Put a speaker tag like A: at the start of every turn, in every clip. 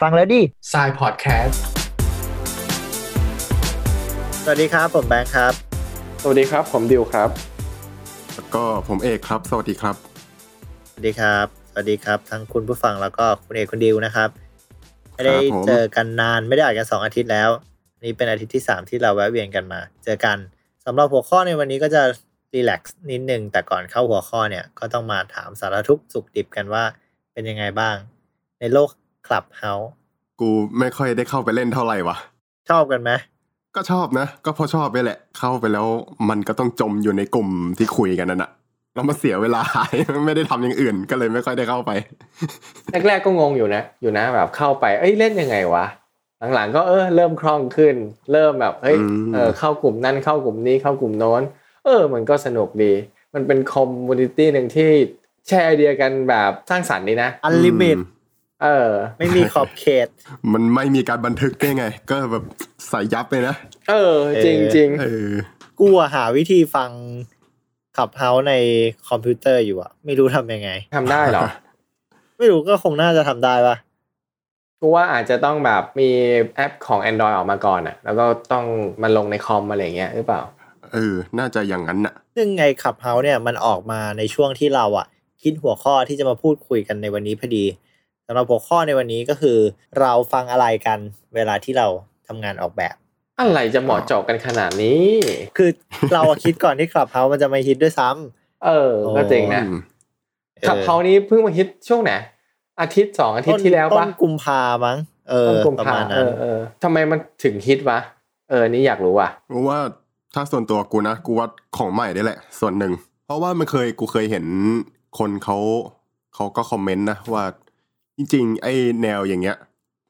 A: ฟังแล้วดิ
B: ทรายพอดแคสต์
A: สวัสดีครับ ผมแบงค์ครับ
C: สวัสดีครับ ผมดิวครับ
D: แล้วก็ผมเอกครับ สวัสดีครับ
A: สวัสดีครับ สวัสดีครับ ทั้งคุณผู้ฟังแล้วก็คุณเอกคุณดิวนะครับ ไม่ได้
D: ครับผม
A: เจอกันนานไม่ได้อัดกันสองอาทิตย์แล้ว นี่เป็นอาทิตย์ที่สามที่เราแวะเวียนกันมา เจอกันสำหรับหัวข้อในวันนี้ก็จะรีแลกซ์นิดนึงแต่ก่อนเข้าหัวข้อเนี่ย ก็ต้องมาถามสารทุกข์สุขดิบกันว่า เป็นยังไงบ้าง ในโลกคลับเฮาส์
D: กูไม่ค่อยได้เข้าไปเล่นเท่าไหร่วะ
A: ชอบกันไหม
D: ก็ชอบนะ ก็พอชอบไปแหละ เข้าไปแล้วมันก็ต้องจมอยู่ในกลุ่มที่คุยกันนั่นอะแล้วมาเสียเวลา ไม่ได้ทำอย่างอื่น ก็เลยไม่ค่อยได้เข้าไป
C: แรกๆก็งงอยู่นะ อยู่นะแบบเข้าไป เอ้ยเล่นยังไงวะ หลังๆก็เออเริ่มคล่องขึ้น เริ่มแบบเฮ้ย
D: อืม
C: เออเข้ากลุ่มนั้นเข้ากลุ่มนี้เข้ากลุ่มโน้น เออ มันก็สนุกดี มันเป็นคอมมูนิตี้หนึ่งที่แชร์ไอเดียกันแบบสร้างสรรค์ดีนะ
A: อันลิมิต
D: อืม
C: เออ
A: ไม่มีขอบเขต
D: มันไม่มีการบันทึกได้ไง ก็แบบใส่ยับเลยนะ
C: เออ จริงจริง
D: เออ
A: กูอะหาวิธีฟังขับเฮาในคอมพิวเตอร์อยู่อะไม่รู้ทำยังไง
C: ทำได้ เหรอ
A: ไม่รู้ก็คงน่าจะทำได้ปะ
C: กูว่าอาจจะต้องแบบมีแอปของ Android ออกมาก่อนอ่ะ แล้วก็ต้องมาลงในคอมอะไรอย่างเงี้ยหรือเปล่า
D: เออ น่าจะอย่างนั้นน่ะ
A: ซึ่งไงขับเฮาเนี่ยมันออกมาในช่วงที่เราอะคิดหัวข้อที่จะมาพูดคุยกันในวันนี้พอดีสำหรับหัวข้อในวันนี้ก็คือ เราฟังอะไรกันเวลาที่เราทำงานออกแบบ
C: อะไรจะเหมาะเจาะกันขนาดนี้
A: คือ เราอะคิดก่อนที่ขับเฮามันจะมาฮิตด้วยซ้
C: เออ ก็จริงนะ
D: อืม
A: ำออ
C: ขับเขานี้เพิ่งมาฮิตช่วงไหนอาทิตย์สองอาทิตย์ที่แล้ว
A: ต้
C: ปะ
A: นกุมภามั้งเออ
C: ต้นกุม
A: ประ
C: ภา
A: มาณ
C: เอ
A: นั้น
C: อเออทำไมมันถึงฮิตวะ เออ นี่อยากรู้ว่ะ
D: กูว่าถ้าส่วนตัวกูนะ กูว่าของใหม่ได้แหละ ส่วนหนึ่ง เพราะว่ามันเคยกูเคยเห็นคนเขาเขาก็คอมเมนต์นะว่า จริงๆ ไอ้แนวอย่างเงี้ย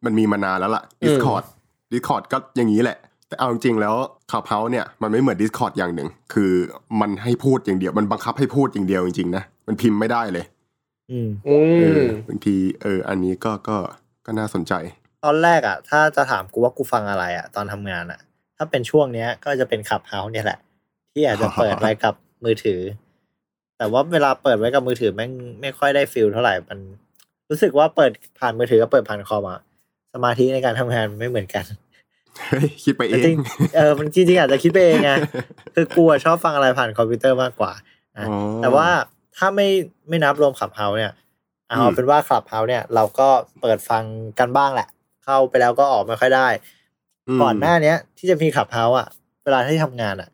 D: มันมีมานานแล้วล่ะ Discord Discord ก็อย่างนี้แหละ แต่เอาจริงๆแล้ว Clubhouse เนี่ยมันไม่เหมือน Discord อย่างหนึ่ง คือมันให้พูดอย่างเดียว มันบังคับให้พูดอย่างเดียวจริงๆนะ มันพิมพ์ไม่ได้เลย
A: อืม
C: อื
D: เอ
C: ม
D: อบางทีเออ อันนี้ก็ก็ก็น่าสนใจ
A: ตอนแรกอะถ้าจะถามกูว่ากูฟังอะไรอะตอนทำงานอะถ้าเป็นช่วงเนี้ยก็จะเป็นขับเฮาเนี่ยแหละ ที่อาจจะเปิดไว้กับมือถือ แต่ว่าเวลาเปิดไว้กับมือถือแม่งไม่ค่อยได้ฟิลเท่าไหร่มัน รู้สึกว่าเปิดผ่านมือถือกับเปิดผ่านคอมอะสมาธิในการทำงานมันไม่เหมือน กัน
D: เฮ้ยคิดไปเอ
A: จริ
D: ง
A: งเออมันจริงๆอาจจะคิดไปเอง ไงคือกูอะชอบฟังอะไรผ่านคอมพิวเตอร์มากกว่า
D: อ๋อ
A: แต่ว่าถ้าไม่ไม่นับรวมขับเฮาเนี่ยเอา
D: อืม
A: เป็นว่าขับเฮาเนี่ย เราก็เปิดฟังกันบ้างแหละ เข้าไปแล้วก็ออกไม่ค่อยได้
D: ม
A: ก่อนหน้าเนี้ย ที่จะมีขับเฮาอ่ะ เวลาที่ทำงานอ่ะ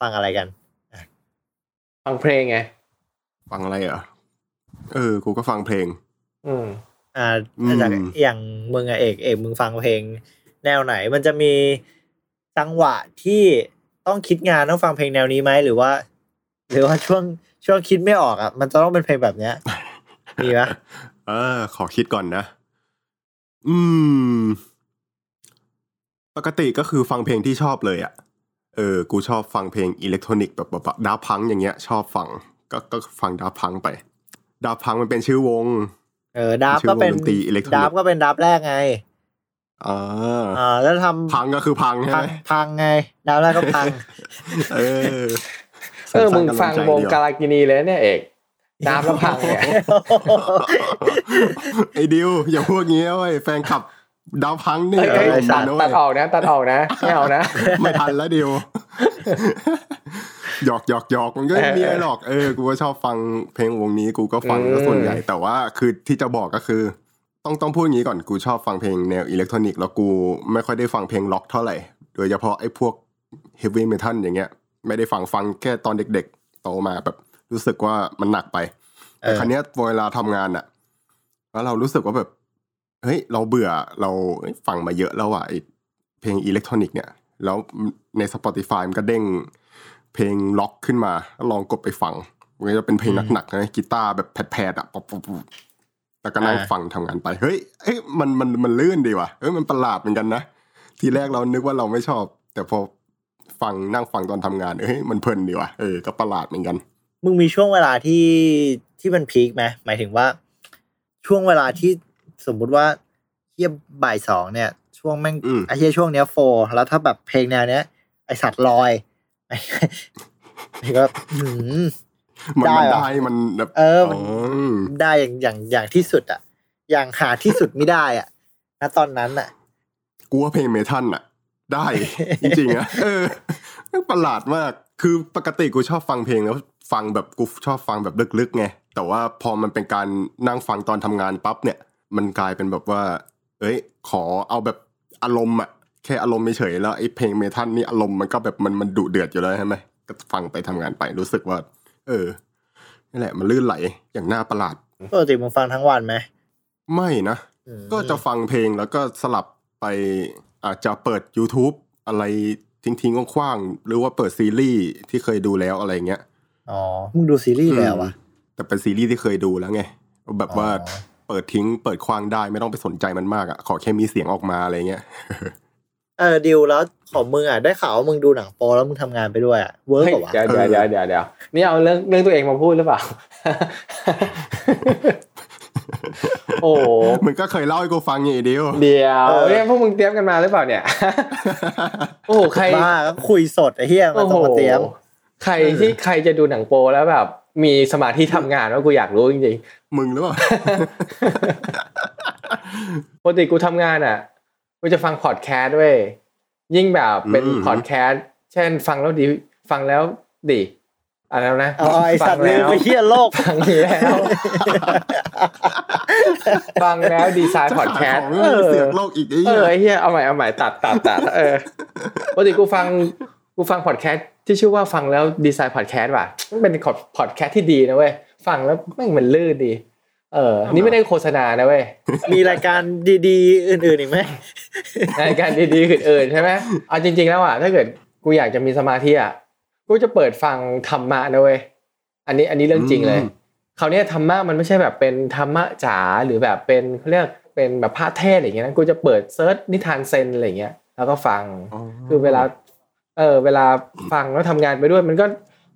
A: ฟังอะไรกัน
C: ฟังเพลงไง
D: ฟังอะไรเหรอ่ะ เออ กูก็ฟังเพลง
C: อืม
A: อ่า
D: อืม
A: จากอย่างมึงอะเอกเอกมึงฟังเพลง แนวไหนมันจะมีจังหวะที่ต้องคิดงานต้องฟังเพลงแนวนี้ไหมหรือว่า หรือว่าช่วงช่วงคิดไม่ออกอ่ะ มันจะต้องเป็นเพลงแบบเนี้ย มีปะ
D: เออ ขอคิดก่อนนะ อืม ปกติก็คือฟังเพลงที่ชอบเลยอะ่ะ เออ กูชอบฟังเพลงอิเล็กทรอนิกส์แบบแบบดาพังอย่างเงี้ย ชอบฟัง ก็ก็ฟังดาพังไป ดาพังมันเป็นชื่อวง
A: เออดับก็เป็น
D: ชื่อวงดนตรี electronic
A: ดับก็เป็นดับแรกไง
D: อ่า
A: อ่าแล้วทำ
D: พังก็คือพังใช่
A: พั
D: ไห
A: ง
D: ม
A: พังไง ดาวแล้วก็พัง
D: เออ
C: เออ มึงฟังวง
D: ดี
C: กา
D: ว่ะ
C: ลากินีเลยเนี่ยเอกน้ำแล้วพังเนี่ย
D: ไอ้ดิวอย่าพวกเงี้ยเว้ยแฟนคลับ ดาวพังเนี่ย
C: เอ้ยเอ้ย
D: อารมณ์
C: ตัด
D: มันนะเว้ย
C: ตัดออกนะ ตัดออกนะ ไม่เอานะ
D: ไม่ทันแล้วดิว หยอกหยอกหยอกมันก็ไม่มีอะไรหรอกเออ กูก็ชอบฟังเพลงวงนี้กูก็ฟัง
C: อืม
D: ซะส่วนใหญ่ แต่ว่าคือที่จะบอกก็คือ ต้องต้องพูดอย่างนี้ก่อนกูชอบฟังเพลงแนวอิเล็กทรอนิกส์แล้วกูไม่ค่อยได้ฟังเพลงล็อกเท่าไหร่ โดยเฉพาะไอ้พวกเฮฟวี่เมทัลอย่างเงี้ย ไม่ได้ฟังฟังแค่ตอนเด็กๆโตมาแบบ รู้สึกว่ามันหนักไป แต่
A: เออ
D: ครั้เนี้ยเวลาทำงานอะแล้วเรารู้สึกว่าแบบ เฮ้ยเราเบื่อเราเอ้ยฟังมาเยอะแล้วอ่ะไอ้เพลงอิเล็กทรอนิกส์เนี่ย แล้วใน Spotify มันก็เด้งเพลงล็อกขึ้นมาลองกดไปฟังมันก็จะเป็นเพลงหนักๆนะกีตาร์แบบแผดๆอ่ะป๊อปป๊อปป๊อปแล้วก็นั่ง
A: อ่า
D: ฟังทำงานไป เฮ้ยเอ้ยมันมันมันลื่นดีว่ะเอ้ยมันประหลาดเหมือนกันนะ ทีแรกเรานึกว่าเราไม่ชอบ แต่พอฟังนั่งฟังตอนทำงานเอ้ยมันเพลินดีว่ะเออก็ประหลาดเหมือนกัน
A: มึงมีช่วงเวลาที่ที่มันพีคไหมหมายถึงว่า ช่วงเวลาที่สมมุติว่าเทียบบ่ายสองเนี่ย ช่วงแม่ง
D: อืม
A: ไอ้เทียช่วงเนี้ยโฟแล้วถ้าแบบเพลงแนวเนี้ย ไอสัตว์ลอย ไอ้ไอ้ก็อืม
D: มันมัน
A: ได้
D: ได้
A: เหรอ
D: มันแบบ
A: เออมัน
D: ม
A: ได้อย่างอย่างอย่างที่สุดอะอย่างหาที่สุดไม่ได้อะ ณตอนนั้นน่ะ
D: กูว่าเพลงเมทัลน่ะ ได้ จริงๆอะเออแม่งประหลาดมาก คือปกติกูชอบฟังเพลงแล้วฟังแบบกูชอบฟังแบบลึกๆไงแต่ว่าพอมันเป็นการนั่งฟังตอนทำงานปั๊บเนี่ย มันกลายเป็นแบบว่า เอ้ย ขอเอาแบบอารมณ์อะแค่อารมณ์เฉยๆแล้วไอ้เพลงเมทัลนี่อารมณ์มันก็แบบมันมันดุเดือดอยู่แล้วใช่ไหมก็ฟังไปทำงานไปรู้สึกว่า เออนี่แหละ มันลื่นไหลอย่างน่าประหลาด
A: ปกติมึงฟังทั้งวันไหม
D: ไม่นะ
A: อืม
D: ก็จะฟังเพลงแล้วก็สลับไปอาจจะเปิด YouTube อะไรทิ้งทิ้งๆคว้างๆหรือว่าเปิดซีรีส์ที่เคยดูแล้วอะไรเงี้ย
A: อ๋อ มึงดูซีรีส์แล้ว
D: อื
A: อ่ะ
D: มแต่เป็นซีรีส์ที่เคยดูแล้วไง แบบว่า
A: อ๋อ
D: เปิดทิ้งเปิดคว้างได้ไม่ต้องไปสนใจมันมากอะขอแค่มีเสียงออกมาอะไรเงี้ย
A: เออดิวแล้วของมึงอ่ะได้ข่าวว่ามึงดูหนังโปแล้วมึงทำงานไปด้วยอ่ะเวิร์ก
C: เฮ้ย
A: เหรอวะ
C: เดี๋ยวเดี๋ยวเดี๋ยวเดี๋ยวเดี๋ยวนี่เอาเรื่องเรื่องตัวเองมาพูดหรือเปล่า โอ้โห
D: มันก็เคยเล่าให้กูฟังอย่างเดียว
C: เดี๋ยวเนี่ยพวกมึงเตรียมกันมาหรือเปล่าเนี่ย โอ้โหใคร
A: บ้าก็คุยสดไอ้เหี้ยมันต้องมาเตรียม
C: โอ้โหใครที่ใครจะดูหนังโปแล้วแบบ มีสมาธิทำงานว่ากูอยากรู้จริง
D: มึงหรือเปล่า
C: ๆปกติกูทำงานอ่ะกูจะฟังพอดแคสต์ด้วยยิ่งแบบเป็น
D: อืม
C: พอดแคสต์เช่นฟังแล้วดีฟังแล้วดีอะไรแล้วนะ
A: เอาไอสัตว์ลืมไปเหี้ยโลก
C: ฟังแล้ว ฟังแล้วดีไซน์พอดแคส
D: ข
C: ต์
D: องเรื่องเสียงโลกอีกไอ้
C: เอ
D: เหี้
C: อย ไอ้เฮียเอาใหม่เอาใหม่ตัดตัดตัดเออปกติกูฟังกูฟังพอดแคสต์ที่ชื่อว่าฟังแล้วดีไซน์พอดแคสต์ว่ะมันเป็นพอดแคสต์ที่ดีนะเว้ยฟังแล้วแม่งมันลื่นดี เออ นี่ไม่ได้โฆษณานะเว้ย
A: มีรายการดีๆ อื่นๆอีกไหม
C: รายการดีๆอื่นๆใช่ไหมเอาจริง ๆแล้วอ่ะถ้าเกิดกูอยากจะมีสมาธิอ่ะกูจะเปิดฟังธรรมะนะเว้ยอันนี้อันนี้เรื่องจริงเลยคราวเนี้ยธรรมะมันไม่ใช่แบบเป็นธรรมะจ๋าหรือแบบเป็นเขาเรียกเป็นแบบพระเทศอะไรอย่างเงี้ยนะกูจะเปิดเซิร์ชนิทานเซนอะไรอย่างเงี้ยแล้วก็ฟัง คือเวลา เออ เวลาฟังแล้วทำงานไปด้วย มันก็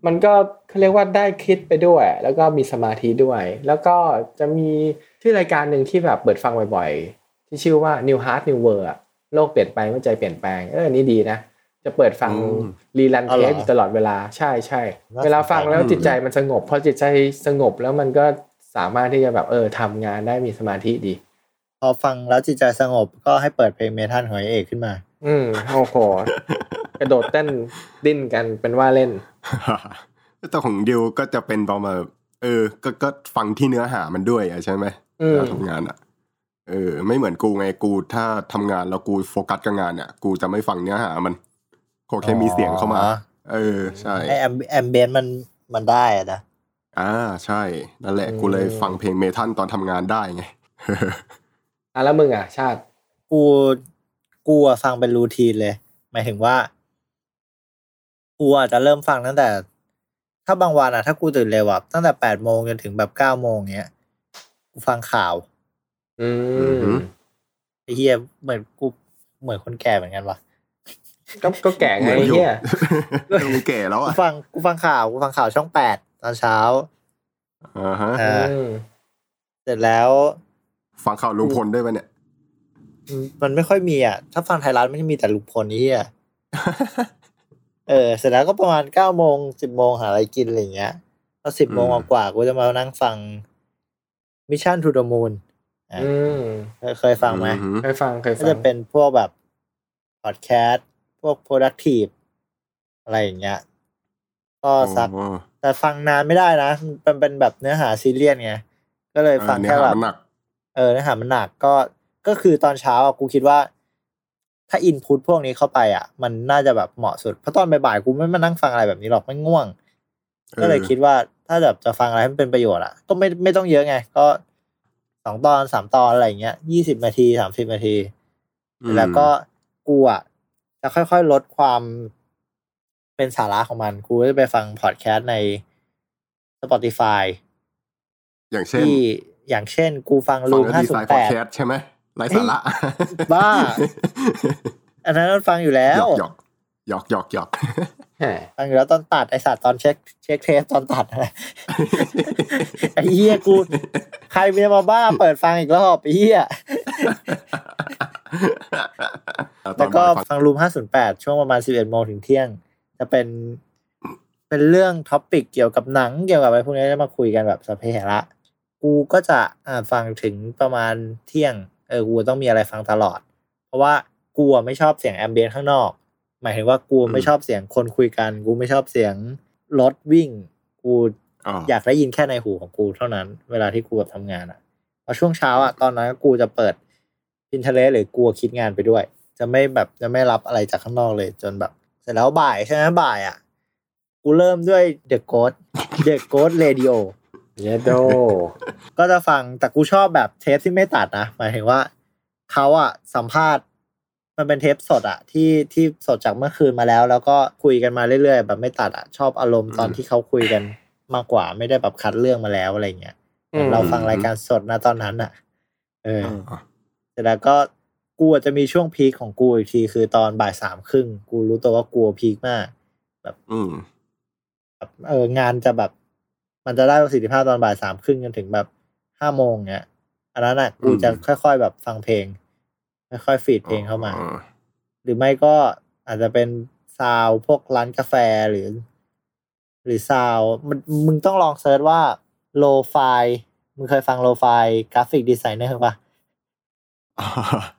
C: มันก็เขาเรียกว่าได้คิดไปด้วย แล้วก็มีสมาธิด้วย แล้วก็จะมีชื่อรายการหนึ่งที่แบบเปิดฟังบ่อยๆ ที่ชื่อว่า New Heart New World อะโลกเปลี่ยนไปเมื่อใจเปลี่ยนแปลง เออ นี่ดีนะ จะเปิดฟัง
D: อืม
C: รีรันเทปอยู่ตลอดเวลา ใช่ใช่ เวลาฟังแล้วจิตใจมันสงบ พอจิตใจสงบแล้วมันก็สามารถที่จะแบบเออทำงานได้มีสมาธิดี
A: พอฟังแล้วจิตใจสงบก็ให้เปิดเพลงเมทัลของไอ้เอกขึ้นมา
C: อืมโอ้โห กระโดดเต้นดิ้นกันเป็นว่าเล่น
D: แต่ของดิวก็จะเป็นประมาณเออก็ก็ฟังที่เนื้อหามันด้วยอะใช่ไหม
C: อืม
D: เราทำงานอ่ะ เออ ไม่เหมือนกูไงกูถ้าทำงานแล้วกูโฟกัสกับงานเนี่ยกูจะไม่ฟังเนื้อหามันขอแค่มีเสียงเข้ามา เออ ใช่
A: ไอแอมแอมเบนมันมันได้อะนะ
D: อ่าใช่ นั่นแหละ
C: อืม
D: กูเลยฟังเพลงเมทัลตอนทำงานได้ไง
C: อ่ะแล้วมึงอ่ะ ชาติ
A: กูกูอะฟังเป็นรูทีนเลย หมายถึงว่ากูอะจะเริ่มฟังตั้งแต่ ถ้าบางวันอะถ้ากูตื่นเร็วอะตั้งแต่แปดโมงจนถึงแบบเก้าโมงเนี้ยกูฟังข่าว
C: อื
D: อหื
C: ม
D: อ
A: ไอ้เฮียเหมือนกูเหมือนคนแก่เหมือนกันวะ
C: ก็ก็แก่ไง
D: เหมือนอยู่
C: เนี่ย
D: ดูแก่ แล้ว
A: กู
D: อ่ะ
A: ฟังกูฟังข่าวกูฟังข่าวช่องแปดตอนเช้า
D: อ่าฮะ
A: อ่า
C: อืม
A: เสร็จแล้ว
D: ฟังข่าวลุงพลด้วยปะเนี่ย
A: มันไม่ค่อยมีอ่ะ ถ้าฟังไทยรัฐมันจะมีแต่ลุงพลนี่อ่ะ เออ เสร็จแล้วก็ประมาณเก้าโมงสิบโมงหาอะไรกินอะไรอย่างเงี้ยพอสิบโมง
D: อืม
A: กว่าๆกูจะมานั่งฟังมิชชั่นทูดมูน
C: อืม
A: เคยฟังไหม
D: อือหือ
C: เคยฟังเคย
A: ก็
C: ฟัง
A: จะเป็นพวกแบบพอดแคสต์พวก productive อะไรอย่างเงี้ย ก็สัก
D: โอ้
A: แต่ฟังนานไม่ได้นะมันเป็นแบบเนื้อหาซีเรียสไง ก็เลยฟัง
D: เนื้อ
A: แค่
D: หา
A: แบบ
D: มันหนัก
A: เออเนื้อหามันหนักก็ก็คือตอนเช้าอะกูคิดว่า ถ้าอินพุตพวกนี้เข้าไปอ่ะ มันน่าจะแบบเหมาะสุด เพราะตอนบ่ายๆกูไม่มานั่งฟังอะไรแบบนี้หรอกไม่ง่วง
D: เออ
A: ก็เลยคิดว่าถ้าแบบจะฟังอะไรให้มันเป็นประโยชน์อ่ะ ก็ไม่ไม่ต้องเยอะไง ก็สองตอนสามตอนอะไรอย่างเงี้ยยี่สิบนาทีสามสิบนาที
D: อืม
A: แล้วก็กูอ่ะจะค่อยๆลดความเป็นสาระของมันกูจะไปฟังพอดแคสต์ใน Spotify
D: อย่างเช่น
A: ที่อย่างเช่น กูฟัง
D: ฟั
A: ลู
D: ง
A: ม
D: แล้ว
A: ห้า
D: ดี
A: สิ
D: ไซ
A: บ
D: น์พ
A: แป
D: อด
A: ด
D: แคสต์ใช่ไหมไร้สาระ
A: บ้า อันนั้นมันฟังอยู่แล้ว
D: หยอกหยอกหยอกหยอกหยอก
C: แหม
A: ฟังอยู่แล้วตอนตัดไอสัตว์ตอนเช็คเช็คเทสตอน ตัดอะไร ไอเหี้ยกู ใครเป็นมาบ้าเปิดฟังอีกรอบไอเหี้ยแล้วก็ฟังรูมห้าศูนย์แปดช่วงประมาณสิบเอ็ดโมงถึงเที่ยง จะเป็น เป็นเรื่องท็อปิกเกี่ยวกับหนัง เกี่ยวกับอะไรพวกนี้จะมาคุยกันแบบสพเปเหระกูก็จะอ่าฟังถึงประมาณเที่ยง เออกูต้องมีอะไรฟังตลอด เพราะว่ากูอะไม่ชอบเสียงแอมเบียนข้างนอก หมายถึงว่ากูไม่
D: อืม
A: ชอบเสียงคนคุยกัน กูไม่ชอบเสียงรถวิ่ง กู
D: อ๋อ
A: อยากได้ยินแค่ในหูของกูเท่านั้น เวลาที่กูแบบทำงานอ่ะเพอช่วงเช้าอ่ะตอนนั้นกูจะเปิด Pinterest หรือกูคิดงานไปด้วย จะไม่แบบจะไม่รับอะไรจากข้างนอกเลยจนแบบ เสร็จแล้วบ่ายใช่ไหมบ่ายอ่ะกูเริ่มด้วย The Ghost The Ghost Radio
C: เยโด
A: ก็จะฟังแต่กูชอบแบบเทปที่ไม่ตัดนะหมายถึงว่าเขาอะสัมภาษณ์ มันเป็นเทปสดอะที่ที่สดจากเมื่อคืนมาแล้ว แล้วก็คุยกันมาเรื่อยๆ แบบไม่ตัดอะชอบอารมณ์ตอนที่เขาคุยกันมากกว่าไม่ได้แบบคัดเรื่องมาแล้วอะไรเงี้ยเหมือนเราฟังรายการสดนะตอนนั้นอะเออ
D: อ๋อ
A: เสร็จแล้วก็กูอาจจะมีช่วงพีคของกูอีกทีคือตอนบ่ายสามครึ่งกูรู้ตัวว่ากูพีคมาก
D: อืม
A: แบบเอองานจะแบบ มันจะได้ประสิทธิภาพตอนบ่ายสามครึ่งจนถึงแบบห้าโมงเนี้ยอันนั้นอ่ะกู
D: อืม
A: จะค่อยๆแบบฟังเพลง ค่อยๆฟีดเพลงเข้ามา
D: อ๋อ
A: หรือไม่ก็อาจจะเป็นซาวพวกร้านกาแฟหรือ หรือซาวมันมึงต้องลองเซิร์ชว่าโลไฟมึงเคยฟังโลไฟกราฟิกดีไซเนอร์ปะ
D: อ๋อ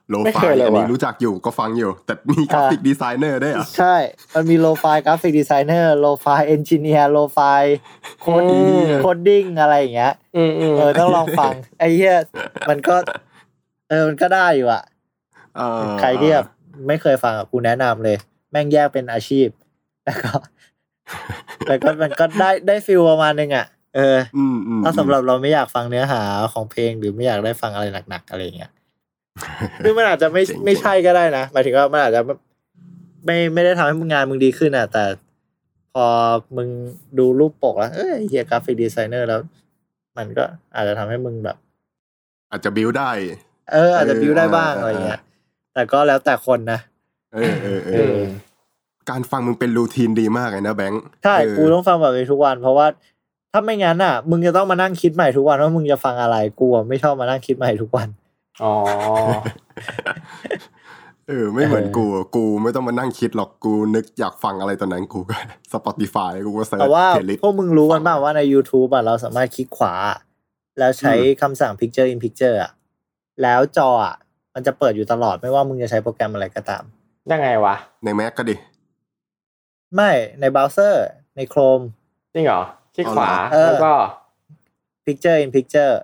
D: โล
C: ไม่
D: ฟา
C: เคยเลย
D: อันนี้
C: ว่ะ
D: รู้จักอยู่ก็ฟังอยู่ แต่มีกราฟิกดีไซเนอร์ด้วยเหรอ่ะ
A: ใช่ มันมีโลไฟกราฟิกดีไซเนอร์โลไฟเอนจิเนียร์โลไฟ
C: โคตรดี
A: โคดดิ้งอะไรอย่างเงี้ย
C: อืมอืม
A: เออต้องลองฟัง ไอ้เหี้ยมันก็ เออมันก็ได้อยู่อะ
D: เออ
A: ใครที่แบบไม่เคยฟังอะกูแนะนำเลย แม่งแยกเป็นอาชีพ แล้วก็ แล้วก็มันก็ได้ได้ฟิลประมาณนึงอะเออ
D: อืมอืม
A: ถ้าสำหรับเราไม่อยากฟังเนื้อหาของเพลงหรือไม่อยากได้ฟังอะไรหนักๆอะไรอย่างเงี้ย ซึ่งมันอาจจะไม่ไม่ใช่ก็ได้นะหมายถึงว่ามันอาจจะไม่ไม่ไม่ได้ทำให้มึงงานมึงดีขึ้นอะแต่ พอมึงดูรูปปกแล้วเอ้ยเฮียกราฟิกดีไซเนอร์แล้ว มันก็อาจจะทำให้มึงแบบ
D: อาจจะบิวได้
A: เอออาจจะ
D: เออ
A: บิวได้บ้าง
D: เออ
A: อะ
D: อ
A: ไรเงี้ย แต่ก็แล้วแต่คนนะ
D: เออเออเอ
C: อื
D: อ
C: ม
D: การฟังมึงเป็นรูทีนดีมากเลยนะแบงค์
A: ใช่
D: เออ
A: กูต้องฟังแบบนี้ทุกวัน เพราะว่าถ้าไม่งั้นอ่ะ มึงจะต้องมานั่งคิดใหม่ทุกวันว่ามึงจะฟังอะไร กูอะไม่ชอบมานั่งคิดใหม่ทุกวัน
C: อ๋อ
D: เออไม่เหมือน
A: เออ
D: กู กูไม่ต้องมานั่งคิดหรอกกูนึกอยากฟังอะไรตอนนั้นกูก็ Spotify กูก็เสิร์ช
A: แต่ว่า
D: เพลย์ลิส
A: พวกมึงรู้กันบ้างว่าใน YouTube อ่ะเราสามารถคลิกขวา แล้วใช้คำสั่ง Picture in Picture อ่ะ แล้วจออ่ะมันจะเปิดอยู่ตลอดไม่ว่ามึงจะใช้โปรแกรมอะไรก็ตาม
C: ยังไงวะ
D: ในแม็กก็ดิ
A: ไม่ในเบราว์เซอร์ ใน Chrome
C: จริงเหรอที่ขวา
A: เออ
C: แล้วก็
A: Picture in Picture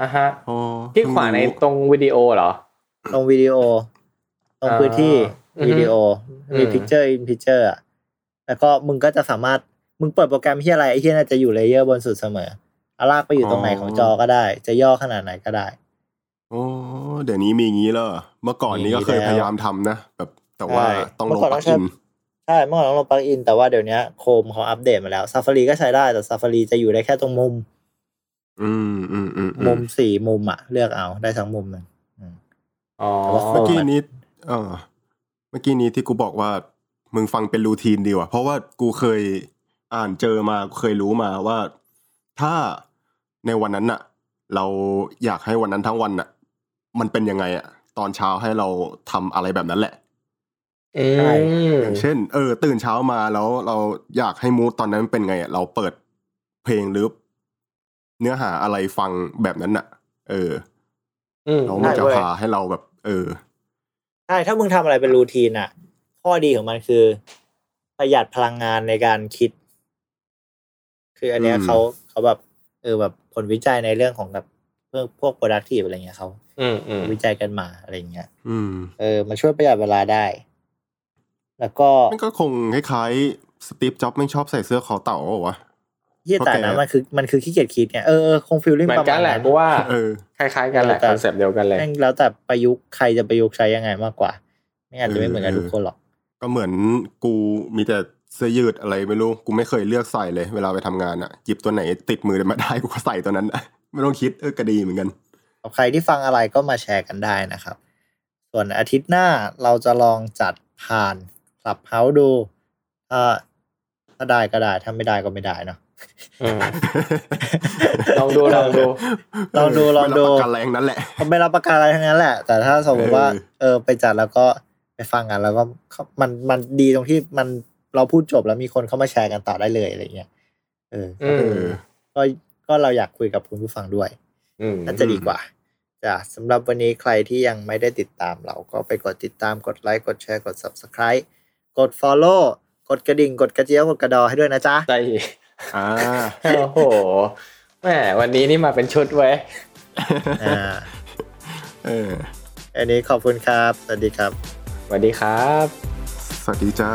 C: อ่ะฮะที่ขวาในตรงวิดีโอเหรอ
A: ตรงวิดีโอ ตรง
C: อ่า
A: พื้นที่
C: อือฮึ
A: วิดีโอ มี
C: อืม
A: picture in picture อ่ะแล้วก็มึงก็จะสามารถมึงเปิดโปรแกรมที่อะไรไอ้ที่น่าจะอยู่เลเยอร์บนสุดเสมอเอาลากไปอยู่ตรงไหน
D: อ๋อ
A: ของจอก็ได้ จะย่อขนาดไหนก็ได้
D: โอ้เดี๋ยวนี้มีอย่างนี้แล้วเหรอเมื่อก่อนนี้ก็เคย
A: มีแล้ว
D: พยายามทำนะ แบบแต่ว่า
A: ใช่
D: ต้อง
A: เมื่
D: ล
A: อง ก่อน
D: ป
A: ต้
D: ลั
A: อก งใช้
D: อิน
A: ใช่เมื่อก่อนต้องลงปลั๊กอิน แต่ว่าเดี๋ยวนี้โคมเขาอัปเดตมาแล้ว Safari ก็ใช้ได้แต่ Safari จะอยู่ได้แค่ตรงมุม
D: อืมอืมอืมอื
A: มุม
D: ม
A: สี่มุมอ่ะ เลือกเอาได้ทั้งมุมเลย
C: อ๋อ
A: เมื่
D: เมื่อกี้นี้เออเมื่อกี้นี้ที่กูบอกว่า มึงฟังเป็นรูทีนดีกว่าเพราะว่ากูเคยอ่านเจอมากูเคยรู้มาว่า ถ้าในวันนั้นน่ะ เราอยากให้วันนั้นทั้งวันน่ะ มันเป็นยังไงอะตอนเช้าให้เราทำอะไรแบบนั้นแหละ
C: อืม
D: อย่างเช่น เออ ตื่นเช้ามาแล้วเราอยากให้มูดตอนนั้นเป็นไงอะเราเปิดเพลงหรือ เนื้อหาอะไรฟังแบบนั้นน่ะ เออ
C: อืม
D: แล้วมันจะ
A: ได้เว้ย
D: พาให้เราแบบ เออ
A: ใช่ถ้ามึงทำอะไรเป็นรูทีนอ่ะ ข้อดีของมันคือ ประหยัดพลังงานในการคิด คืออันเนี้ย
D: อืม
A: เขาเขาแบบเออแบบผลวิจัยในเรื่องของแบบเพื่อพวก productive อะไรเงี้ยเขา
C: อืมอืม
A: วิจัยกันมาอะไรเงี้ย
D: อืม
A: เออมันช่วยประหยัดเวลาได้ แล้วก็
D: มันก็คงคล้ายๆสตีฟจ็อบส์ไม่งชอบใส่เสื้อคอเต่าเปล่าวะ
A: เยี่ยแต่นะ
D: เข้าใจ
A: มันคือมันคือขี้เกียจคิดเนี่ยเออเออคงฟิลลิ่ง
C: เหมือ
A: ป
C: น
A: ระ
C: กั
A: มาน ณ
C: แหละ
A: นั้น
C: กูว่า
D: เออ
C: คล้ายๆกันแหละ
A: แต่
C: คอนเซปต์เดียวกันเลย
A: แม่งแล้วแต่ประยุกต์ใครจะประยุกต์ใช้ยังไงมากกว่า ไม่อาจจะไม่เหมือนกัน
D: เออ
A: ทุกคนหรอก
D: ก็เหมือนกูมีแต่เสื้อยืดอะไรไม่รู้ กูไม่เคยเลือกใส่เลย เวลาไปทำงานอะหยิบตัวไหนติดมือมาได้กูก็ใส่ตัวนั้นอะ ไม่ต้องคิดเออก็ดีเหมือนกัน
A: ใครที่ฟังอะไรก็มาแชร์กันได้นะครับ ส่วนอาทิตย์หน้าเราจะลองจัดผ่านคลับเฮาส์ดูถ้าถ้าได้ก็ได้ ถ้าไม่ได้ก็ไม่ได้เนาะ
C: อืม ลองดูลองดู
A: ล องดูลองดู
D: ไม่รับประกันแรงนั้นแหละ
A: ก็ไม่รับประกันอะไรทั้งนั้นแหละ แต่ถ้าสมมติว่า
D: เออ
A: เออ ไปจัดแล้วก็ไปฟังกันแล้วก็เข้ามันมันดีตรงที่มันเราพูดจบแล้วมีคนเข้ามาแชร์กันต่อได้เลยอะไรเงี้ยเออ
C: อืม
D: เออ
A: ก็ก็เราอยากคุยกับคุณผู้ฟังด้วย
C: อืม
A: น่าจะดีกว่า แต่ จ้ะสำหรับวันนี้ใครที่ยังไม่ได้ติดตามเราก็ไปกดติดตามกดไลค์กดแชร์กด Subscribe กด Follow กดกระดิ่ง กดกระเจี๊ยวกดกระดอให้ด้วยนะ จ๊ะ
C: ใจ
D: อ่า
C: โอ้โหแหมวันนี้นี่มาเป็นชุดไว้ย
A: อ่า
D: เออ
A: อันนี้ขอบคุณครับ สวัสดีครับ
C: สวัสดีครับ
D: สวัสดีจ้า